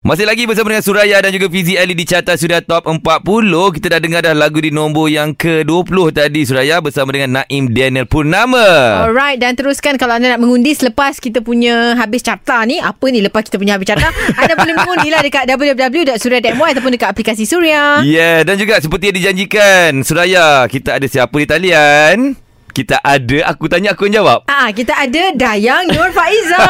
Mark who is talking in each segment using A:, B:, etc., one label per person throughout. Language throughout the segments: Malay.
A: Masih lagi bersama dengan Suraya dan juga Fizi Ali di carta sudah top 40. Kita dah dengar dah lagu di nombor yang ke-20 tadi Suraya bersama dengan Naim Daniel Purnama.
B: Alright dan teruskan kalau anda nak mengundi selepas kita punya habis carta ni apa ni lepas kita punya habis carta anda boleh mengundi lah dekat www.suria.my ataupun dekat aplikasi Suria.
A: Yeah, Ya, dan juga seperti yang dijanjikan, Suraya, kita ada siapa di talian? Kita ada, aku tanya aku yang jawab.
B: Ah kita ada Dayang Nur Faiza.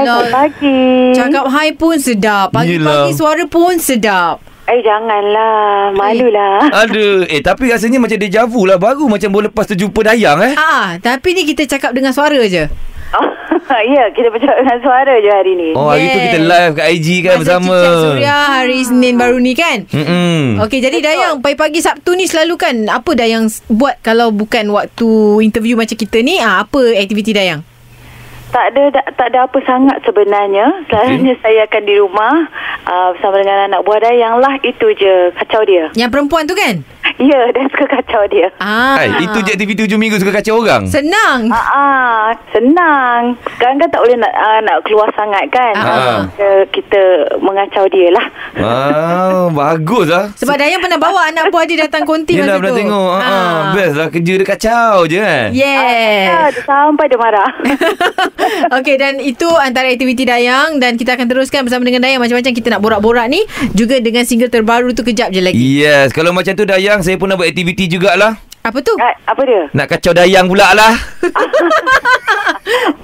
B: Alah.
C: selamat pagi.
B: Cakap hai pun sedap. Pagi-pagi
A: Yelah.
B: suara pun sedap.
C: Eh,
A: Eh.
C: janganlah. Malulah.
A: Ada. Eh, tapi rasanya macam deja vu lah. Baru macam boleh lepas terjumpa Dayang eh.
B: Ah tapi ni kita cakap dengan suara je.
C: Oh, ya, kita bercakap dengan suara je hari ni.
A: Oh, hari tu
B: Yes.
A: kita live kat IG kan
B: Masa
A: bersama. Ah. Hmm.
B: Cicak Suria hari Senin baru ni kan?
A: Mm-mm.
B: Okey, jadi Dayang, pagi-pagi Sabtu ni selalu kan apa Dayang s- buat kalau bukan waktu interview macam kita ni? Ah, apa aktiviti Dayang?
C: Tak ada tak, tak ada apa sangat sebenarnya. Selalunya saya akan di rumah uh, bersama dengan anak buah Dayang lah. Itu je kacau dia.
B: Yang perempuan tu kan?
C: Ya, dia suka kacau dia.
B: Ah.
A: Hai, itu je aktiviti hujung minggu suka kacau orang.
B: Senang.
C: Ah, ah, senang. Sekarang kan tak boleh nak, ah, nak keluar sangat kan.
B: Ah,
A: ah.
C: Kita, kita mengacau dia lah.
A: Ah, bagus lah.
B: Sebab Dayang pernah bawa anak buah dia datang konti
A: Yelah
B: masa
A: pernah
B: tu. Ah.
A: tengok ha, ha. Best lah kerja dia kacau je kan
C: Ah,
B: Yes.
C: dia sampai dia marah.
B: Okey dan itu antara aktiviti Dayang dan kita akan teruskan bersama dengan Dayang macam-macam kita nak borak-borak ni juga dengan single terbaru tu kejap je lagi.
A: Yes Kalau macam tu Dayang Saya pun nak buat aktiviti jugalah
B: Apa tu?
C: Ah, apa dia?
A: Nak kacau Dayang pula lah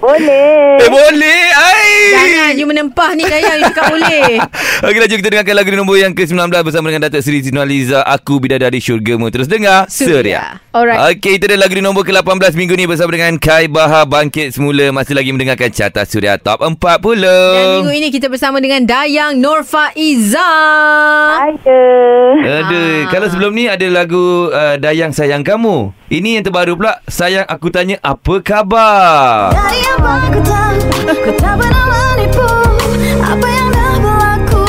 C: Boleh.
A: Eh boleh Hai
B: Jangan eh. you menempah ni Dayang you cakap boleh.
A: Okey laju kita dengarkan lagu di nombor yang ke-19 Bersama dengan Datuk Seri Sinaliza Aku Bidadari Syurgamu Terus dengar Surya
B: Surya. Alright.
A: Okey itu dia lagu di nombor ke-18 minggu ni Bersama dengan Kai Baha Bangkit Semula Masih lagi mendengarkan Carta Surya Top 40 Um.
B: Dan minggu ini kita bersama dengan Dayang Norfaiza.
C: Ada.
A: Ada.
B: Ah.
A: Kalau sebelum ni ada lagu uh, Dayang Sayang Kamu. Ini yang terbaru pula Sayang Aku Tanya Apa Khabar.
D: Dari apa aku tahu Aku tak pernah menipu Apa yang dah berlaku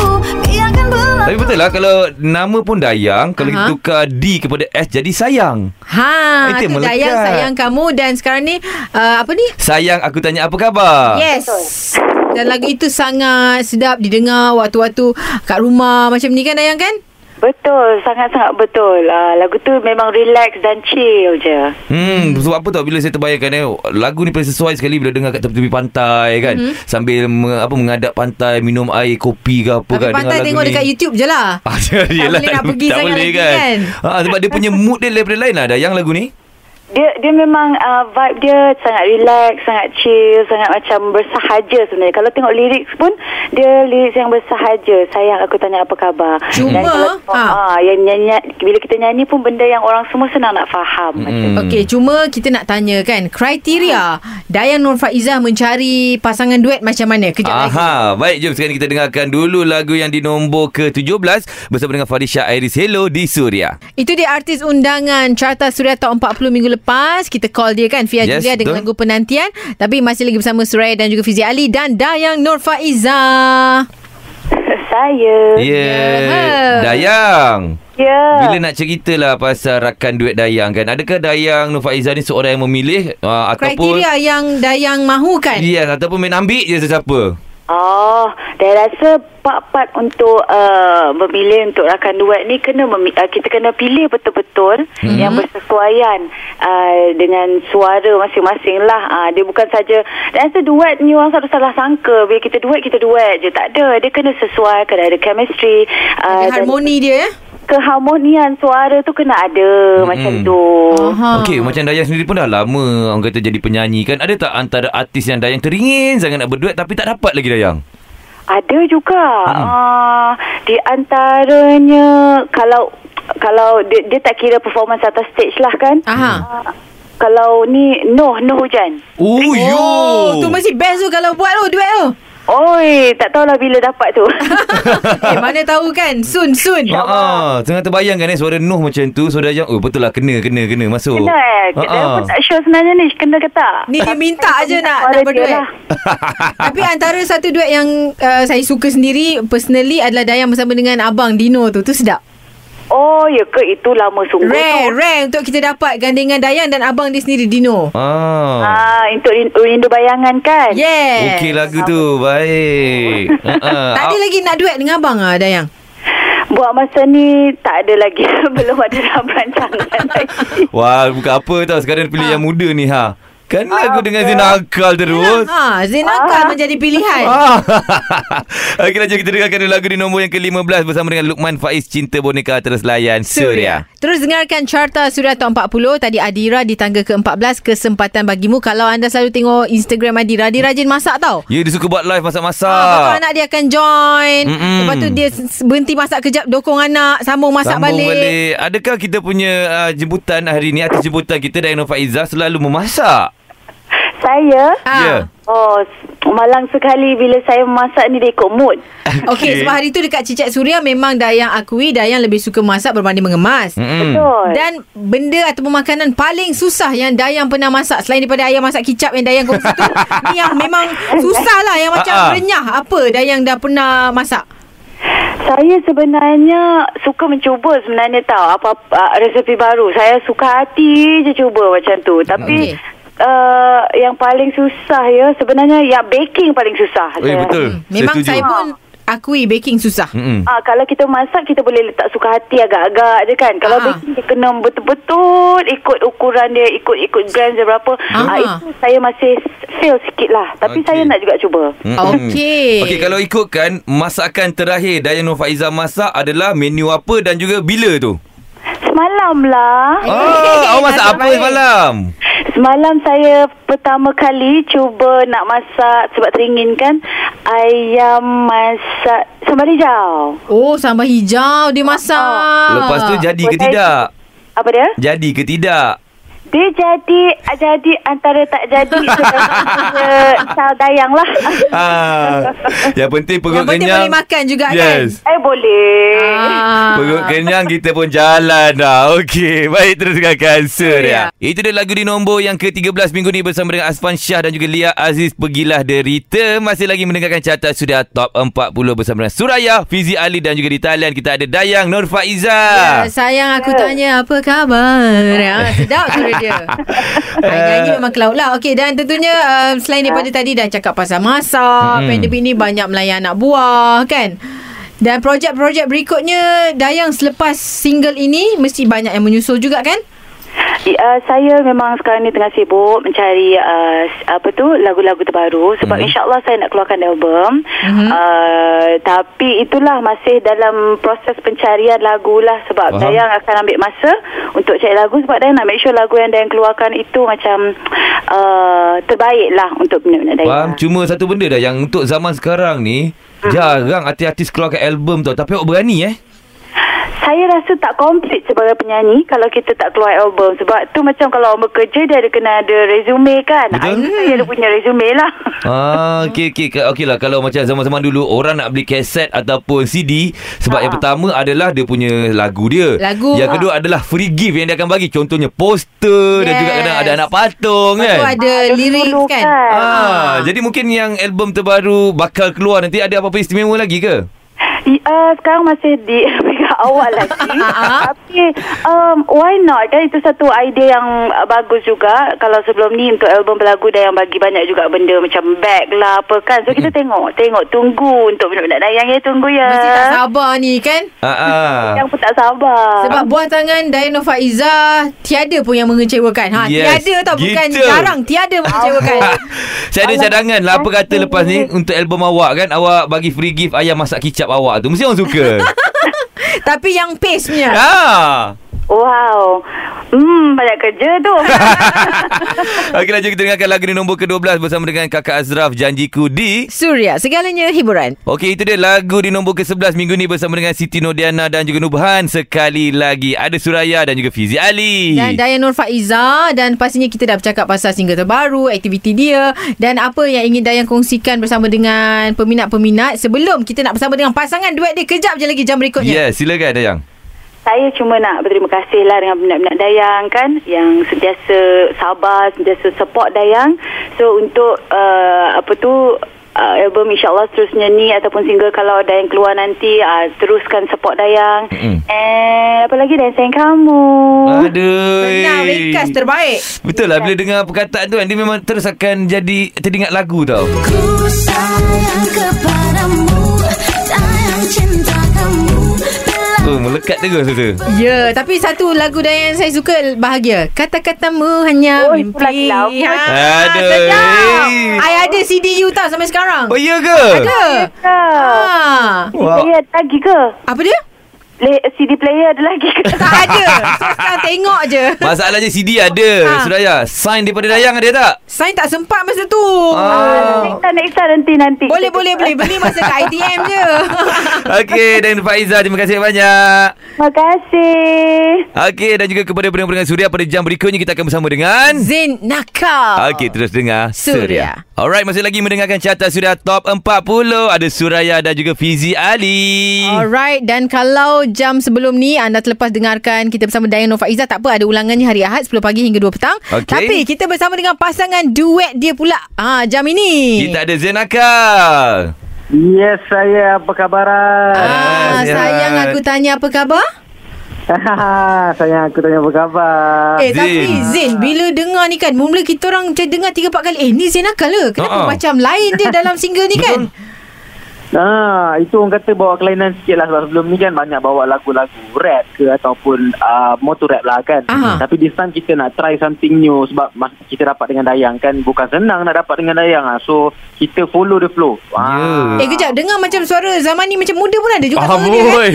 D: Biarkan berlaku
A: Tapi betul lah kalau nama pun Dayang, kalau
B: Aha.
A: kita tukar D kepada S jadi Sayang.
B: Ha,
A: Itu
B: itu
A: Eh, melekat.
B: Dayang sayang kamu dan sekarang ni uh, apa ni?
A: Sayang Aku Tanya Apa Khabar.
B: Yes.
C: Betul.
B: Dan lagu itu sangat sedap didengar waktu-waktu kat rumah macam ni kan Dayang kan?
C: Betul, sangat-sangat betul. Uh, lagu tu memang relax dan chill je.
A: Hmm, sebab apa tau bila saya terbayangkan eh, lagu ni paling sesuai sekali bila dengar kat tepi-tepi pantai kan.
B: Mhm.
A: Mm-hmm. Sambil me, apa mengadap pantai, minum air, kopi ke apa
B: Tapi
A: kan.
B: pantai
A: dengar
B: tengok
A: lagu
B: dekat
A: ni.
B: YouTube je lah.
A: Ah, yelah,
B: boleh nak pergi
A: tak
B: sangat
A: boleh
B: lagi
A: kan.
B: kan.
A: Ah, sebab dia punya mood dia daripada lain lah Dayang lagu ni.
C: Dia dia memang uh, vibe dia sangat relax, sangat chill, sangat macam bersahaja sebenarnya. Kalau tengok lirik pun dia lirik yang bersahaja. Sayang aku tanya apa khabar.
B: Cuma,
C: Dan kalau tengok,
B: ha.
C: ah yang nyanyi bila kita nyanyi pun benda yang orang semua senang nak faham. Mm-hmm.
A: Hmm.
B: Okey, cuma kita nak tanya kan, kriteria Dayang Nur Faizah mencari pasangan duet macam mana? Kejap lagi.
A: Aha, baik jom sekarang kita dengarkan dulu lagu yang di nombor ke-17 bersama dengan Farisha Iris Hello di Suria.
B: Itu dia artis undangan Carta Suria Top 40 minggu lepas. Kita call dia kan Fia
A: Yes,
B: yes, Julia dengan
A: betul.
B: lagu penantian. Tapi masih lagi bersama Suraya dan juga Fizi Ali dan Dayang Nur Faiza.
C: Saya.
A: Ya,
B: ha.
A: yeah. Dayang.
C: Yeah.
A: Bila nak ceritalah pasal rakan duet Dayang kan. Adakah Dayang Nur Faiza ni seorang yang memilih uh, ataupun
B: Kriteria yang Dayang mahukan.
A: Yes, ataupun main ambil je sesiapa.
C: Oh, saya rasa part-part untuk uh, memilih untuk rakan duet ni kena memi- uh, kita kena pilih betul-betul hmm. yang bersesuaian uh, dengan suara masing-masing lah. Uh, dia bukan saja dan rasa duet ni orang selalu salah sangka bila kita duet kita duet je. Tak ada. Dia kena sesuai, kena ada chemistry,
B: Ada
C: uh, dan
B: harmoni dia. eh?
C: keharmonian suara tu kena ada hmm. macam tu.
B: Aha.
A: Okey, macam Dayang sendiri pun dah lama orang kata jadi penyanyi kan. Ada tak antara artis yang Dayang teringin sangat nak berduet tapi tak dapat lagi Dayang?
C: Ada juga. Hmm. Uh, di antaranya kalau kalau dia, dia tak kira performance atas stage lah kan.
B: Aha.
C: Uh, kalau ni Noh Noh Hujan.
A: Oh, yo.
B: Oh, tu mesti best tu kalau buat tu duet tu.
C: Oi, tak tahulah bila dapat tu.
B: eh, mana tahu kan. Soon, soon.
A: Ha ah, tengah terbayangkan eh suara Noh macam tu, suara Dayang. Oh, betul lah kena kena kena masuk.
C: Kena
A: Ha,
C: eh. Saya
A: ah.
C: pun tak sure sebenarnya ni kena ke tak.
B: Ni dia minta je nak, nak eh?
C: Suara dia
B: berduet.
C: lah.
B: Tapi antara satu duet yang uh, saya suka sendiri personally adalah Dayang bersama dengan Abang Dino tu. Tu sedap.
C: Oh, ya ke? Itu lama sungguh
B: Rare,
C: tu.
B: rare untuk kita dapat gandengan Dayang dan abang dia sendiri Dino.
A: Ah.
C: Ah, untuk in- rindu bayangan kan?
B: Yes.
A: Okey lah. lagu tu. Baik. Uh-uh.
B: Tak ada Eh. lagi nak duet dengan abang ah Dayang.
C: Buat masa ni tak ada lagi. Belum ada dalam rancangan lagi.
A: Wah, bukan apa tau. Sekarang dia
B: Ah.
A: pilih yang muda ni ha. Kan lagu
C: Ah,
A: dengan Zina Akal terus.
B: Ha, Zain Akal menjadi pilihan.
A: Ah. Okey, lanjut kita dengarkan dulu lagu di nombor yang ke-15 bersama dengan Lukman Faiz Cinta Boneka Terus Layan Suria.
B: Terus dengarkan carta Suria Top 40 Tadi Adira di tangga ke-14 Kesempatan bagimu Kalau anda selalu tengok Instagram Adira Dia rajin masak tau
A: Ya, dia suka buat live masak-masak.
B: Ah, anak dia akan join
A: Mm-mm.
B: Lepas tu dia s- berhenti masak kejap Dokong anak Sambung masak
A: Sambung
B: balik.
A: balik. Adakah kita punya uh, jemputan hari ni artis jemputan kita Dayana Faiza selalu memasak?
C: Saya?
B: Ah.
A: Ya.
C: Oh, malang sekali bila saya masak ni dia ikut mood.
B: Okey,
A: Okey.
B: sebab hari tu dekat Cicak Suria memang Dayang akui Dayang lebih suka masak berbanding mengemas.
A: Mm-mm.
C: Betul.
B: Dan benda ataupun makanan paling susah yang Dayang pernah masak selain daripada ayam masak kicap yang Dayang kongsi tu ni yang memang susah lah yang macam
A: Ha-ha.
B: renyah apa Dayang dah pernah masak.
C: Saya sebenarnya suka mencuba sebenarnya tau apa, apa resepi baru. Saya suka hati je cuba macam tu.
A: Hmm.
B: Okey.
C: Tapi okay. uh, yang paling susah ya sebenarnya yang baking paling susah.
A: Eh, betul.
B: Hmm, memang
A: setuju. Hmm.
B: saya, pun akui baking susah.
A: Mm-mm.
C: Ah kalau kita masak kita boleh letak suka hati agak-agak je kan. Kalau
B: Ah.
C: baking dia kena betul-betul ikut ukuran dia, ikut ikut gram dia berapa.
B: Ah.
C: Ah. itu saya masih fail sikit lah. Tapi
A: Okey.
C: saya nak juga cuba.
A: Mm-mm.
B: Okey.
A: Okey, kalau ikutkan masakan terakhir Dayana Faiza masak adalah menu apa dan juga bila tu?
C: Semalam lah.
A: Oh, awak masak apa
B: Baik.
A: semalam?
C: Semalam saya pertama kali cuba nak masak sebab teringin kan ayam masak sambal hijau.
B: Oh, sambal hijau dia masak.
A: Lepas tu jadi ke
C: Boleh.
A: tidak?
C: Apa dia?
A: Jadi ke tidak?
C: Dia jadi jadi antara tak jadi sebenarnya sal dayang lah.
A: Ah, yang penting perut
B: Yang penting
A: kenyang.
B: boleh makan juga, kan?
A: yes.
C: Eh boleh.
B: Ah.
A: Perut kenyang kita pun jalan dah. Okey, baik terus dengarkan Surya. Itu dia lagu di nombor yang ke-13 minggu ni bersama dengan Asfan Syah dan juga Lia Aziz Pergilah Derita. Masih lagi mendengarkan carta sudah top 40 bersama dengan Suraya, Fizi Ali dan juga di talian kita ada Dayang Nur Faiza.
B: Ya, sayang aku
C: Kan?
B: tanya apa khabar. Ha, sedap suara dia.
A: Ah.
B: Hari-hari memang kelaut lah. Okey dan tentunya uh, selain daripada
C: Ya.
B: tadi dah cakap pasal masak,
A: Mm-mm.
B: mm-hmm. pandemik ni banyak melayan anak buah kan. Dan projek-projek berikutnya Dayang selepas single ini mesti banyak yang menyusul juga kan?
C: Uh, saya memang sekarang ni tengah sibuk mencari uh, s- apa tu lagu-lagu terbaru sebab
A: Mhm.
C: mm-hmm. insyaallah saya nak keluarkan album.
B: Mhm.
A: Hmm.
C: Mm-hmm. Uh, tapi itulah masih dalam proses pencarian lagu lah sebab
A: Faham.
C: Faham. Dayang akan ambil masa untuk cari lagu sebab Dayang nak make sure lagu yang Dayang keluarkan itu macam uh, terbaik lah untuk minat-minat
A: Faham?
C: Dayang.
A: Cuma satu benda dah yang untuk zaman sekarang ni jarang artis-artis keluarkan album tau. Tapi awak berani eh.
C: Saya rasa tak komplit sebagai penyanyi kalau kita tak keluar album sebab tu macam kalau orang bekerja dia ada kena ada resume kan.
A: Betul.
C: Betul. Saya ada punya resume lah.
A: Ah, okey okey Ka- okey lah kalau macam zaman-zaman dulu orang nak beli kaset ataupun CD sebab yang pertama adalah dia punya lagu dia.
B: Ah. Lagu. ah.
A: Yang kedua adalah free gift yang dia akan bagi. Contohnya poster yes. dan juga
B: Yes.
A: kadang ada anak patung
B: Lepas
A: kan.
B: tu ada
C: ada
B: lirik
C: dulu
B: kan?
C: kan?
A: Ah, jadi mungkin yang album terbaru bakal keluar nanti ada apa-apa istimewa lagi ke?
C: I- Uh, sekarang masih di peringkat awal lagi
B: Ha,
C: Tapi um, why not kan Itu satu idea yang uh, bagus juga Kalau sebelum ni untuk album berlagu Dah yang bagi banyak juga benda Macam bag lah apa kan So kita tengok Tengok tunggu Untuk minat-minat dayang ya Tunggu ya
B: Hmm. Mesti tak sabar ni kan?
A: Ah, ah.
C: Yang pun tak sabar
B: Sebab buah tangan Dayana Faiza tiada pun yang mengecewakan. Ha,
A: Yes,
B: tiada tau bukan
A: gitu.
B: jarang tiada mengecewakan.
A: Saya ada cadangan lah Apa kata lepas ni Untuk album awak kan Awak bagi free gift Ayam masak kicap awak tu Mesti orang suka
B: Tapi yang pace punya.
A: ah.
C: Wow Hmm banyak kerja tu
A: Okey lanjut kita dengarkan lagu di nombor ke-12 Bersama dengan kakak Azraf Janjiku di
B: Suria, segalanya hiburan.
A: Okey itu dia lagu di nombor ke-11 minggu ni Bersama dengan Siti Nodiana dan juga Nubhan Sekali lagi ada Suraya dan juga Fizi Ali
B: Dan Dayang Nur Faiza dan pastinya kita dah bercakap pasal single terbaru, aktiviti dia dan apa yang ingin Dayang kongsikan bersama dengan peminat-peminat sebelum kita nak bersama dengan pasangan duet dia kejap je lagi jam berikutnya.
A: Ya yeah, silakan Dayang
C: Saya cuma nak berterima kasih lah dengan penat-penat Dayang kan yang sentiasa sabar, sentiasa support Dayang. So untuk uh, apa tu uh, album insyaAllah seterusnya ni ataupun single kalau ada yang keluar nanti uh, teruskan support Dayang
A: Mm-mm.
C: and apa lagi dan sayang kamu Oh,
A: Aduh.
B: Senang Rekas terbaik
A: Betul lah bila dengar perkataan tu kan dia memang terus akan jadi teringat lagu tau.
D: Ku sayang kepadamu Sayang cinta kamu Bila
A: Oh melekat terus tu.
B: Ya, tapi satu lagu dah yang saya suka bahagia. Kata-katamu hanya
C: Oh, itu
B: mimpi. Ha,
C: lagu lama.
A: Aduh.
B: sedap.
A: Eh.
B: I ada CD you tau sampai sekarang.
A: Oh iya ke?
B: Ada.
C: Ha.
B: Ha.
A: Wah.
C: Player ada lagi ke?
B: Apa dia?
C: Play, CD player ada lagi ke?
B: Tak ada. So, sekarang tengok je.
A: Masalahnya CD ada
B: Ha.
A: Suraya Sign daripada Dayang ada tak?
B: Saya tak sempat masa tu.
A: Ah.
C: Next time, next time nanti nanti.
B: Boleh, boleh, boleh. Beli masa kat ITM je.
A: Okey dan Faiza terima kasih banyak
C: Terima kasih.
A: Okey dan juga kepada pendengar-pendengar Suria Pada jam berikutnya kita akan bersama dengan
B: Zain Nakal.
A: Okey terus dengar Suria.
B: Suria.
A: Alright masih lagi mendengarkan carta Suria Top 40 Ada Suraya dan juga Fizi Ali
B: Alright dan kalau jam sebelum ni anda terlepas dengarkan kita bersama Dayang Nova Izzah tak apa ada ulangannya hari Ahad 10 pagi hingga 2 petang.
A: Okey.
B: Tapi kita bersama dengan pasangan duet dia pula. Ah jam ini.
A: Kita ada Zain Akal
E: Yes, saya. Apa khabaran?
B: Ah,
A: Ah, sihat.
B: sayang aku tanya apa khabar?
E: saya aku tanya apa khabar.
A: Ah,
B: Eh
A: Zin.
B: tapi Zin bila dengar ni kan mula kita orang macam dengar 3 4 kali eh ni Zin akal le. Kenapa
A: Ha-ha.
B: macam lain dia dalam single ni kan?
E: Ah, itu orang kata bawa kelainan sikit lah sebab sebelum ni kan banyak bawa lagu-lagu rap ke ataupun uh, motor rap lah kan.
B: Aha.
E: Tapi this time kita nak try something new sebab mas- kita dapat dengan Dayang kan bukan senang nak dapat dengan Dayang ah. So kita follow the flow. Ah.
A: Ya.
B: Eh kejap dengar macam suara zaman ni macam muda pun ada juga
A: Ah
B: suara dia kan.
A: boy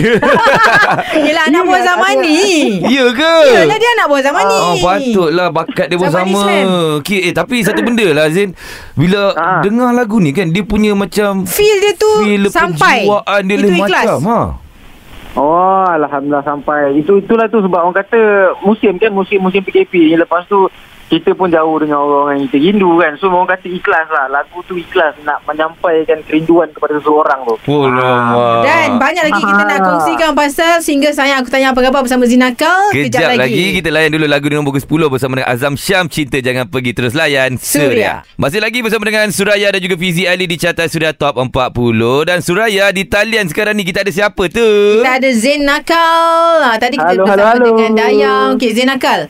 B: Yelah anak
A: lah,
B: buah zaman ni.
A: Ya ke?
B: Yelah dia anak buah zaman ni.
A: Oh, patutlah bakat dia pun
B: Zaman
A: sama.
B: Islam.
A: Okay, eh, tapi satu benda lah Zain. Bila ha.
E: Ah.
A: dengar lagu ni kan, dia punya macam
B: Feel dia tu
A: feel
B: sampai.
A: penjiwaan dia
B: Itu
A: lain
B: ikhlas.
A: macam. Ha.
E: Oh, alhamdulillah sampai. Itu itulah tu sebab orang kata musim kan musim-musim PKP ni lepas tu kita pun jauh dengan orang yang kita rindu kan. So orang kata ikhlas lah. Lagu tu ikhlas nak menyampaikan kerinduan kepada seseorang tu.
A: Oh, lama.
B: Dan banyak lagi kita nak
E: Ah.
B: kongsikan pasal single sayang aku tanya apa khabar bersama Zinakal
A: Kejap, Kejap lagi. lagi kita layan dulu lagu nombor ke-10 bersama dengan Azam Syam Cinta Jangan Pergi Terus Layan Suria.
B: Suria.
A: Masih lagi bersama dengan Suraya dan juga Fizi Ali di carta Suria Top 40 dan Suraya di talian sekarang ni kita ada siapa tu?
B: Kita ada Zain Nakal. Ah, Tadi kita
E: Halo,
B: bersama
E: halo, halo.
B: dengan Dayang. Okey Zain Nakal.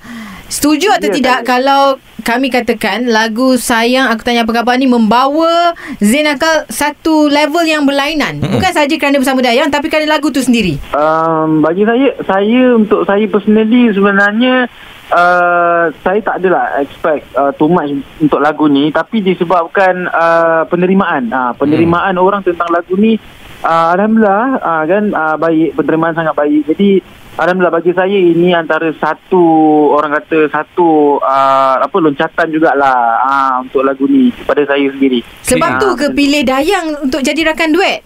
B: Setuju atau
E: Ya,
B: tidak
E: saya.
B: kalau kami katakan lagu Sayang Aku Tanya Apa Khabar ni membawa Zain Nakal satu level yang berlainan. Bukan saja kerana bersama Dayang tapi kerana lagu tu sendiri.
E: Um, bagi saya, saya untuk saya personally sebenarnya uh, saya tak adalah expect uh, too much untuk lagu ni tapi disebabkan uh, penerimaan uh, penerimaan hmm. orang tentang lagu ni uh, alhamdulillah uh, kan uh, baik penerimaan sangat baik. Jadi alhamdulillah bagi saya ini antara satu orang kata satu uh, apa loncatan jugalah uh, untuk lagu ni pada saya sendiri.
B: Sebab
A: Ya.
E: Ah,
B: tu ke
E: betul.
B: pilih Dayang untuk jadi rakan duet?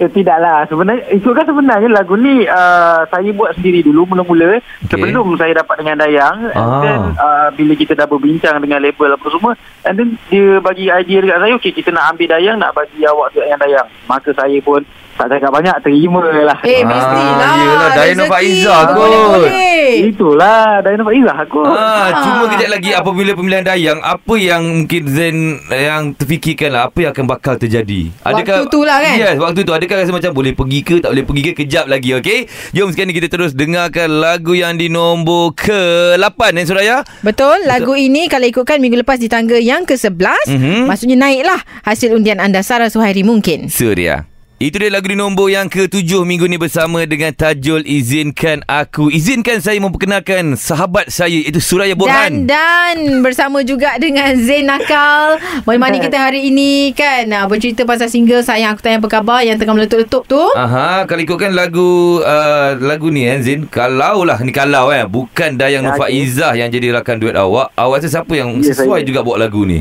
E: Eh, Tidaklah sebenarnya itu kan sebenarnya lagu ni uh, saya buat sendiri dulu mula-mula
A: Okey.
E: okay. sebelum saya dapat dengan Dayang and
A: Ah.
E: then uh, bila kita dah berbincang dengan label apa semua and then dia bagi idea dekat saya okey kita nak ambil Dayang nak bagi awak duit dengan Dayang maka saya pun tak cakap banyak terima lah
A: Ah,
B: Eh, mestilah.
A: yelah, Dayang
B: rezeki.
A: Faizah kot.
B: Boleh-boleh.
E: itulah Dayang Faizah aku
A: Ah,
B: Ah.
A: cuma kejap lagi apabila pemilihan dayang apa yang mungkin Zen yang terfikirkan lah apa yang akan bakal terjadi.
B: Waktu tu lah kan?
A: Yes, waktu tu adakah rasa macam boleh pergi ke tak boleh pergi ke kejap lagi okey. Jom sekarang ni kita terus dengarkan lagu yang di nombor ke-8 eh Suraya.
B: Betul, lagu ini kalau ikutkan minggu lepas di tangga yang ke-11,
A: Mhm.
B: mm-hmm. maksudnya naiklah hasil undian anda Sarah Suhairi mungkin.
A: Surya. Itu dia lagu di nombor yang ke-7 minggu ni bersama dengan Tajul Izinkan Aku. Izinkan saya memperkenalkan sahabat saya iaitu Suraya Borhan.
B: Dan dan bersama juga dengan Zain Nakal. Mana-mana kita hari ini kan ah, bercerita pasal single Sayang Aku Tanya Apa Khabar yang tengah meletup-letup tu.
A: Aha, kalau ikutkan lagu uh, lagu ni eh Zin, kalau lah ni kalau eh bukan Dayang Nur
E: Ya,
A: Faizah yang jadi rakan duet awak. Awak rasa siapa yang
E: Ya,
A: sesuai
E: saya.
A: juga buat lagu ni?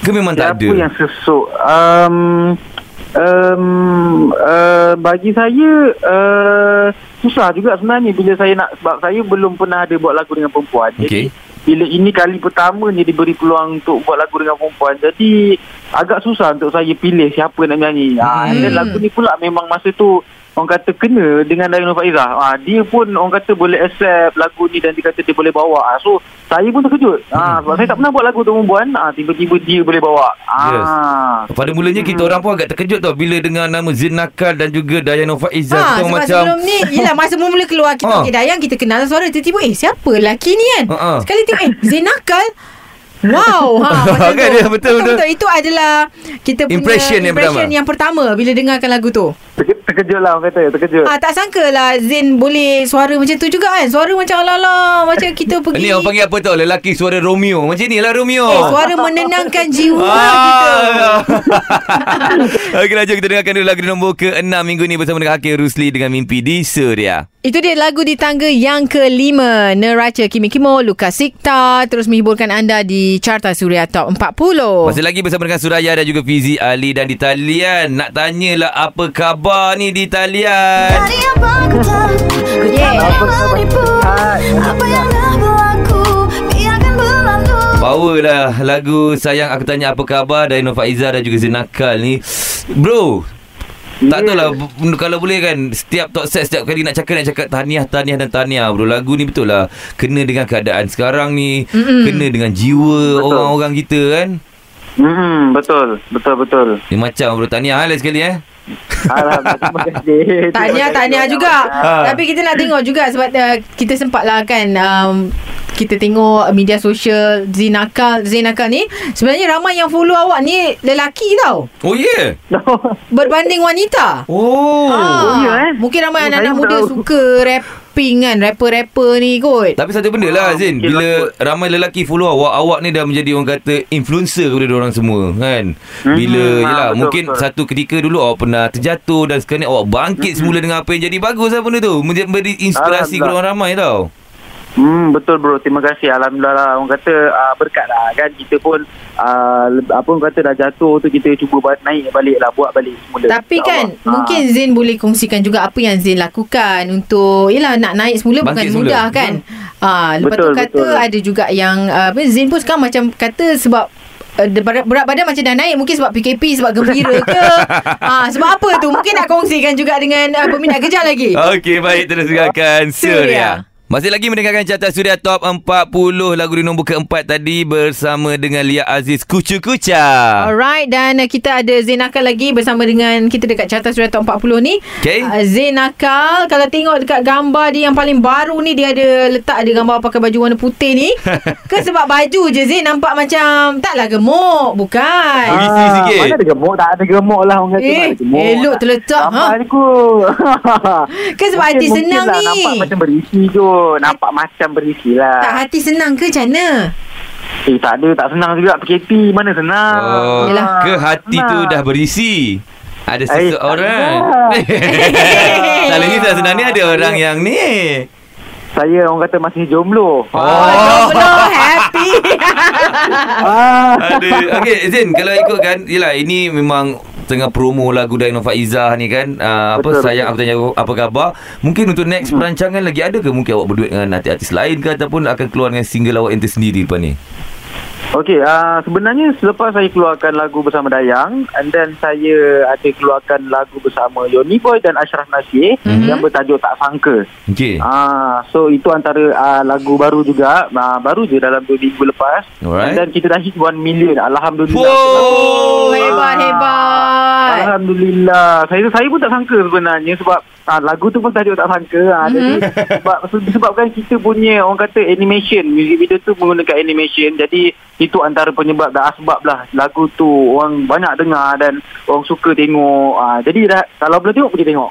A: Ke memang tak
E: Siapa
A: ada?
E: yang sesuk? Um, um, uh, bagi saya uh, susah juga sebenarnya bila saya nak sebab saya belum pernah ada buat lagu dengan perempuan.
A: Okey.
E: bila ini kali pertama ni diberi peluang untuk buat lagu dengan perempuan. Ah, Jadi agak susah untuk saya pilih siapa nak nyanyi. Hmm. Ha, dan lagu ni pula memang masa tu orang kata kena dengan Dayang Nur Faizah. Ha, dia pun orang kata boleh accept lagu ni dan dia kata dia boleh bawa. Ha, so saya pun terkejut. Ha, sebab saya tak pernah buat lagu untuk perempuan. Ha, tiba-tiba dia boleh bawa. Ha.
A: Yes. Pada mulanya kita orang pun agak terkejut tau bila dengar nama Zin Nakal dan juga Dayana Faizah.
B: Ha,
A: kita orang
B: sebab
A: "Eh,
B: macam... sebelum ni Yelah masa mula-mula keluar Kita
A: Ha.
B: ha. okay Dayang Kita kenal lah suara Tiba-tiba eh siapa lelaki ni kan
A: Ha, ha.
B: Sekali tengok eh Zenakal Wow ha, macam
A: Kan,
B: tu.
A: ya, betul, betul.
B: Itu adalah Kita punya
A: Impression yang
B: impression
A: pertama.
B: yang pertama Bila dengarkan lagu tu
E: Terke- terkejut lah orang kata. Terkejut.
B: Ah tak sangka lah Zain boleh suara macam tu juga kan. Suara macam ala-ala macam kita pergi.
A: Ini orang panggil apa tau? Lelaki suara Romeo. Macam ni lah Romeo.
B: eh, suara menenangkan jiwa kita.
A: Ah. Okey lah, jom kita dengarkan dulu lagu di nombor ke-6 minggu ni bersama dengan Hakim Rusli dengan Mimpi di Suria.
B: Itu dia lagu di tangga yang kelima. Neraca Kimi Kimo, Luka Sikta terus menghiburkan anda di Carta Suria Top 40.
A: Masih lagi bersama dengan Suraya dan juga Fizi Ali dan di talian. Nak tanyalah apa khabar ni di talian?
D: Tadi apa aku tak Ku tak
B: Yeah.
D: boleh menipu
E: Hai.
D: Apa yang dah berlaku Biarkan berlalu
A: Power lah lagu Sayang Aku Tanya Apa Khabar dari Nur Faizah dan juga Zinakal ni. Bro, tak tahulah bu- kalau boleh kan setiap talk set setiap kali nak cakap nak cakap tahniah tahniah dan tahniah bro lagu ni betul lah kena dengan keadaan sekarang ni Mm-mm. kena dengan jiwa
E: Betul.
A: orang-orang kita kan
E: Hmm, betul. Betul-betul.
A: ni macam bro tahniah eh, lain sekali eh
E: Alhamdulillah. Terima kasih.
B: Tahniah, tahniah juga.
A: Ha.
B: Tapi kita nak tengok juga sebab uh, kita sempat lah kan um, kita tengok media sosial Zinakal Zinakal ni sebenarnya ramai yang follow awak ni lelaki tau
A: oh yeah
B: berbanding wanita.
A: oh
B: Ah,
E: ya, eh?
B: Mungkin ramai
E: Oh,
B: anak-anak
E: saya
B: muda
E: tahu.
B: suka rapping kan, rapper-rapper ni kot.
A: Tapi satu benda lah
E: Ah,
A: Zin
E: mungkin
A: Bila ramai lelaki follow awak Awak ni dah menjadi orang kata Influencer kepada orang semua Kan Bila
E: Hmm, ah,
A: yelah,
E: betul,
A: Mungkin
E: betul.
A: satu ketika dulu Awak pernah terjatuh Dan sekarang ni awak bangkit semula Dengan apa yang jadi Bagus lah benda tu Memberi inspirasi kepada
E: Hmm, Alhamdulillah.
A: orang ramai tau
E: Hmm betul bro terima kasih alhamdulillah lah. orang kata uh, berkat lah kan kita pun uh, apa orang kata dah jatuh tu kita cuba ba- naik balik lah buat balik semula.
B: Tapi
E: InsyaAllah. Ah.
B: kan mungkin
E: Ha.
B: Zain boleh kongsikan juga apa yang Zain lakukan untuk yalah nak naik semula
A: Bangkit
B: bukan
A: semula.
B: mudah kan. Ah lepas tu
E: Betul,
B: kata
E: betul.
B: ada juga yang ah, apa Zain pun sekarang macam kata sebab uh, berat, berat badan macam dah naik mungkin sebab PKP sebab gembira ke ah sebab apa tu mungkin nak kongsikan juga dengan uh, peminat kejap lagi
A: Okey baik terus dengarkan Suria.
B: Suria.
A: Masih lagi mendengarkan carta Suria Top 40 lagu di nombor keempat tadi bersama dengan Lia Aziz Kucu Kucha.
B: Alright dan uh, kita ada Zain Akal lagi bersama dengan kita dekat carta surat top 40 ni.
A: Okay.
B: Uh, Zain Akal kalau tengok dekat gambar dia yang paling baru ni dia ada letak ada gambar pakai baju warna putih ni. ke sebab baju je Zain nampak macam taklah gemuk bukan.
A: Isi sikit.
E: Mana ada gemuk? Tak ada gemuk lah orang kata.
B: Eh,
E: mana ada gemuk.
B: elok terletak,
E: Nampak
B: ha?
E: ha? aku.
B: Kan sebab hati
E: Mungkin-
B: senang
E: mungkin
B: ni.
E: lah, Nampak macam berisi tu. Nampak macam berisi lah.
B: Tak hati senang ke macam mana?
E: Eh, tak ada. Tak senang juga. PKP mana senang.
A: Oh,
B: Yelah.
A: ke hati tu dah berisi. Ada
E: Eh,
A: seseorang.
E: tak
A: Kalau ni tak senang ni ada orang yang ni.
E: Saya orang kata masih
B: Oh,
E: jomblo.
A: Oh.
B: jomblo happy.
E: Ah.
A: Ada. Okey, Zin, kalau ikutkan, yelah ini memang tengah promo lagu Dino Faizah ni kan. Uh, apa
E: Betul,
A: sayang aku
E: betul. Hmm.
A: tanya apa khabar? Mungkin untuk next perancangan lagi ada ke mungkin awak berduet dengan artis-artis lain ke ataupun akan keluar dengan single awak yang tersendiri lepas ni?
E: Okey, uh, sebenarnya selepas saya keluarkan lagu bersama Dayang and then saya ada keluarkan lagu bersama Yoni Boy dan Ashraf Nasir mm-hmm. yang bertajuk Tak Sangka.
A: Okey.
E: Ah, so itu antara uh, lagu baru juga, uh, baru je dalam 2 minggu lepas.
A: Alright.
E: And then kita dah hit 1 million. Alhamdulillah.
A: Wow.
B: Oh, hebat hebat.
E: Alhamdulillah. Saya saya pun tak sangka sebenarnya sebab ah, lagu tu pun tajuk tak sangka.
B: Mhm.
E: Ah, mm-hmm. Jadi sebab disebabkan kita punya orang kata animation, music video tu menggunakan animation. Jadi itu antara penyebab dan asbab lah lagu tu orang banyak dengar dan orang suka tengok. Ah, jadi dah, kalau boleh tengok pergi tengok.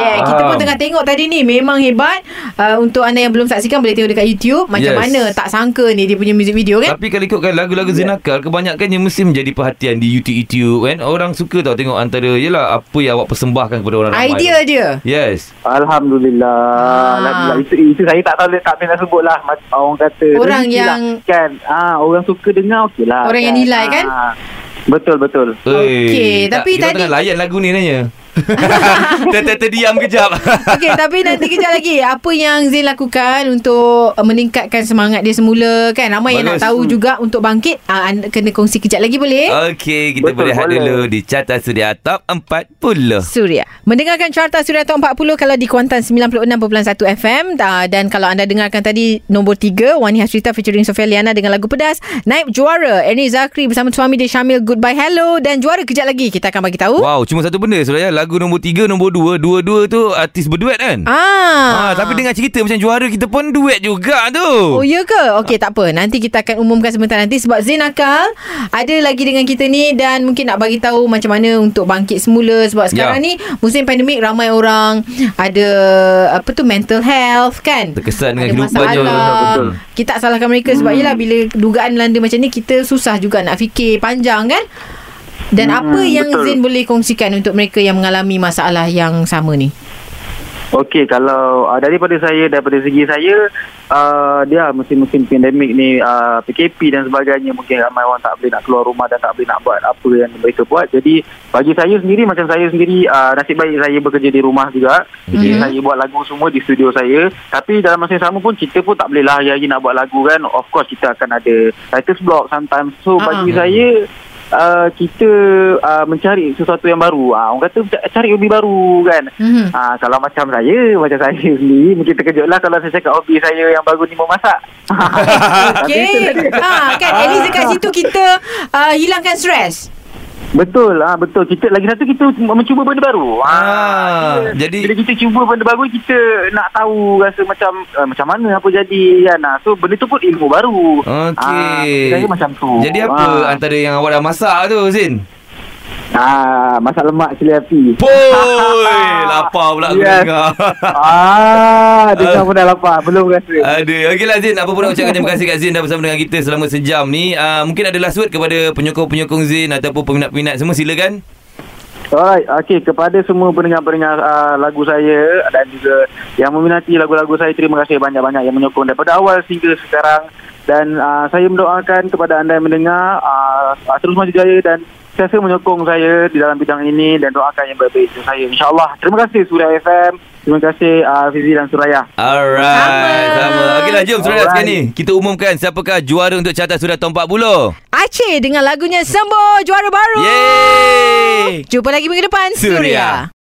B: Yeah, kita pun
A: Faham.
B: tengah tengok tadi ni memang hebat. Uh, untuk anda yang belum saksikan boleh tengok dekat YouTube macam
A: Yes.
B: yes. mana tak sangka ni dia punya music video kan.
A: Tapi kalau ikutkan lagu-lagu Zinakal Kebanyakannya mesti menjadi perhatian di YouTube-YouTube kan Orang suka tau tengok antara Yelah apa yang awak persembahkan kepada orang ramai lah.
B: Idea dia.
A: tu. Yes
E: Alhamdulillah.
B: Ah.
E: Alhamdulillah. Itu, itu saya tak tahu tak pernah sebut lah. Mas- Orang kata.
B: Orang
E: rezeki
B: yang-
E: Lah, kan. Ah, orang suka dengar okey lah.
B: Orang yang nilai, kan?
E: Ah. Betul, betul.
A: Eh,
B: Okey, tapi
A: kita
B: tadi-
A: tengah layan lagu ni nanya Ter- Terdiam kejap
B: Okey, tapi nanti kejap lagi. Apa yang Zain lakukan untuk uh, meningkatkan semangat dia semula kan? Ramai yang nak
A: Bagus. Hmm. Ah.
B: tahu juga untuk bangkit. Ah, anda kena kongsi kejap lagi boleh?
A: Okey, kita
E: Betul,
A: berehat
E: boleh.
A: dulu di Carta Suria Top 40.
B: Suria. Mendengarkan Carta Suria Top 40 kalau di Kuantan 96.1 FM Ah, dan kalau anda dengarkan tadi nombor 3 Wani Hasrita featuring Sofia Liana dengan lagu Pedas, naib juara Ernie Zakri bersama suami dia Syamil Goodbye Hello dan juara kejap lagi kita akan bagi tahu.
A: Wow, cuma satu benda Suraya. Lagu nombor 3, nombor 2, dua-dua tu artis berduet kan?
B: Ah.
A: Ah, tapi dengan cerita macam juara kita pun duet juga tu.
B: Oh ya ke? Okey tak apa. Nanti kita akan umumkan sebentar nanti sebab Zain Akal ada lagi dengan kita ni dan mungkin nak bagi tahu macam mana untuk bangkit semula sebab sekarang
A: Ya.
B: ni musim pandemik ramai orang ada apa tu mental health kan.
A: Terkesan dengan
B: ada
A: kehidupannya.
E: Betul.
B: masalah. Kita tak salahkan mereka sebab hmm. yelah bila dugaan melanda macam ni kita susah juga nak fikir panjang kan. Dan hmm,
E: Hmm,
B: apa yang
E: betul.
B: Zain boleh kongsikan untuk mereka yang mengalami masalah yang sama ni?
E: Okey kalau uh, daripada saya daripada segi saya uh, dia musim-musim pandemik ni uh, PKP dan sebagainya mungkin ramai orang tak boleh nak keluar rumah dan tak boleh nak buat apa yang mereka buat. Jadi bagi saya sendiri macam saya sendiri uh, nasib baik saya bekerja di rumah juga.
B: Mhm.
E: Jadi mm-hmm. saya buat lagu semua di studio saya. Tapi dalam masa yang sama pun kita pun tak boleh lah hari-hari nak buat lagu kan. Of course kita akan ada writer's block sometimes. So
B: Ah.
E: bagi saya Uh, kita uh, mencari sesuatu yang baru. Uh, orang kata cari hobi baru kan.
B: Mhm.
E: Ah, kalau macam saya, macam saya sendiri, mungkin terkejut lah kalau saya cakap hobi saya yang baru ni memasak. Ah.
B: Okay. ha, kan at least dekat situ kita uh, hilangkan stres.
E: Betul, ah betul. Kita lagi satu kita mencuba benda baru.
A: Ah,
E: kita-
A: jadi-
E: bila kita cuba benda baru kita nak tahu rasa macam uh, macam mana apa jadi kan. Ah, so benda tu pun ilmu baru. Ah,
A: Okey.
E: saya macam tu.
A: Jadi apa
E: Ah.
A: antara yang awak dah masak tu, Zin?
E: Ah, masak lemak cili api.
A: Poi, lapar pula aku
E: Yes.
A: dengar.
E: ah, dengar
A: Ah.
E: pun dah lapar, belum rasa.
A: Aduh, okeylah Zin, apa pun nak ucapkan terima kasih kat Zin dah bersama dengan kita selama sejam ni. Uh, mungkin ada last word kepada penyokong-penyokong Zin ataupun peminat-peminat semua silakan.
E: Alright, okay. Kepada semua pendengar-pendengar uh, lagu saya dan juga yang meminati lagu-lagu saya, terima kasih banyak-banyak yang menyokong daripada awal sehingga sekarang. Dan uh, saya mendoakan kepada anda yang mendengar uh, uh, terus maju jaya dan sentiasa menyokong saya di dalam bidang ini dan doakan yang baik-baik untuk saya. InsyaAllah. Terima kasih Surya FM. Terima kasih uh, Fizi dan Suraya.
A: Alright,
B: Sama.
A: sama. Okeylah, jom saudara
E: Alright.
A: sekarang ni kita umumkan siapakah juara untuk carta sudah top 40.
B: Aceh dengan lagunya Sembo juara baru.
A: Yeay!
B: Jumpa lagi minggu depan.
A: Suria.
B: Suria.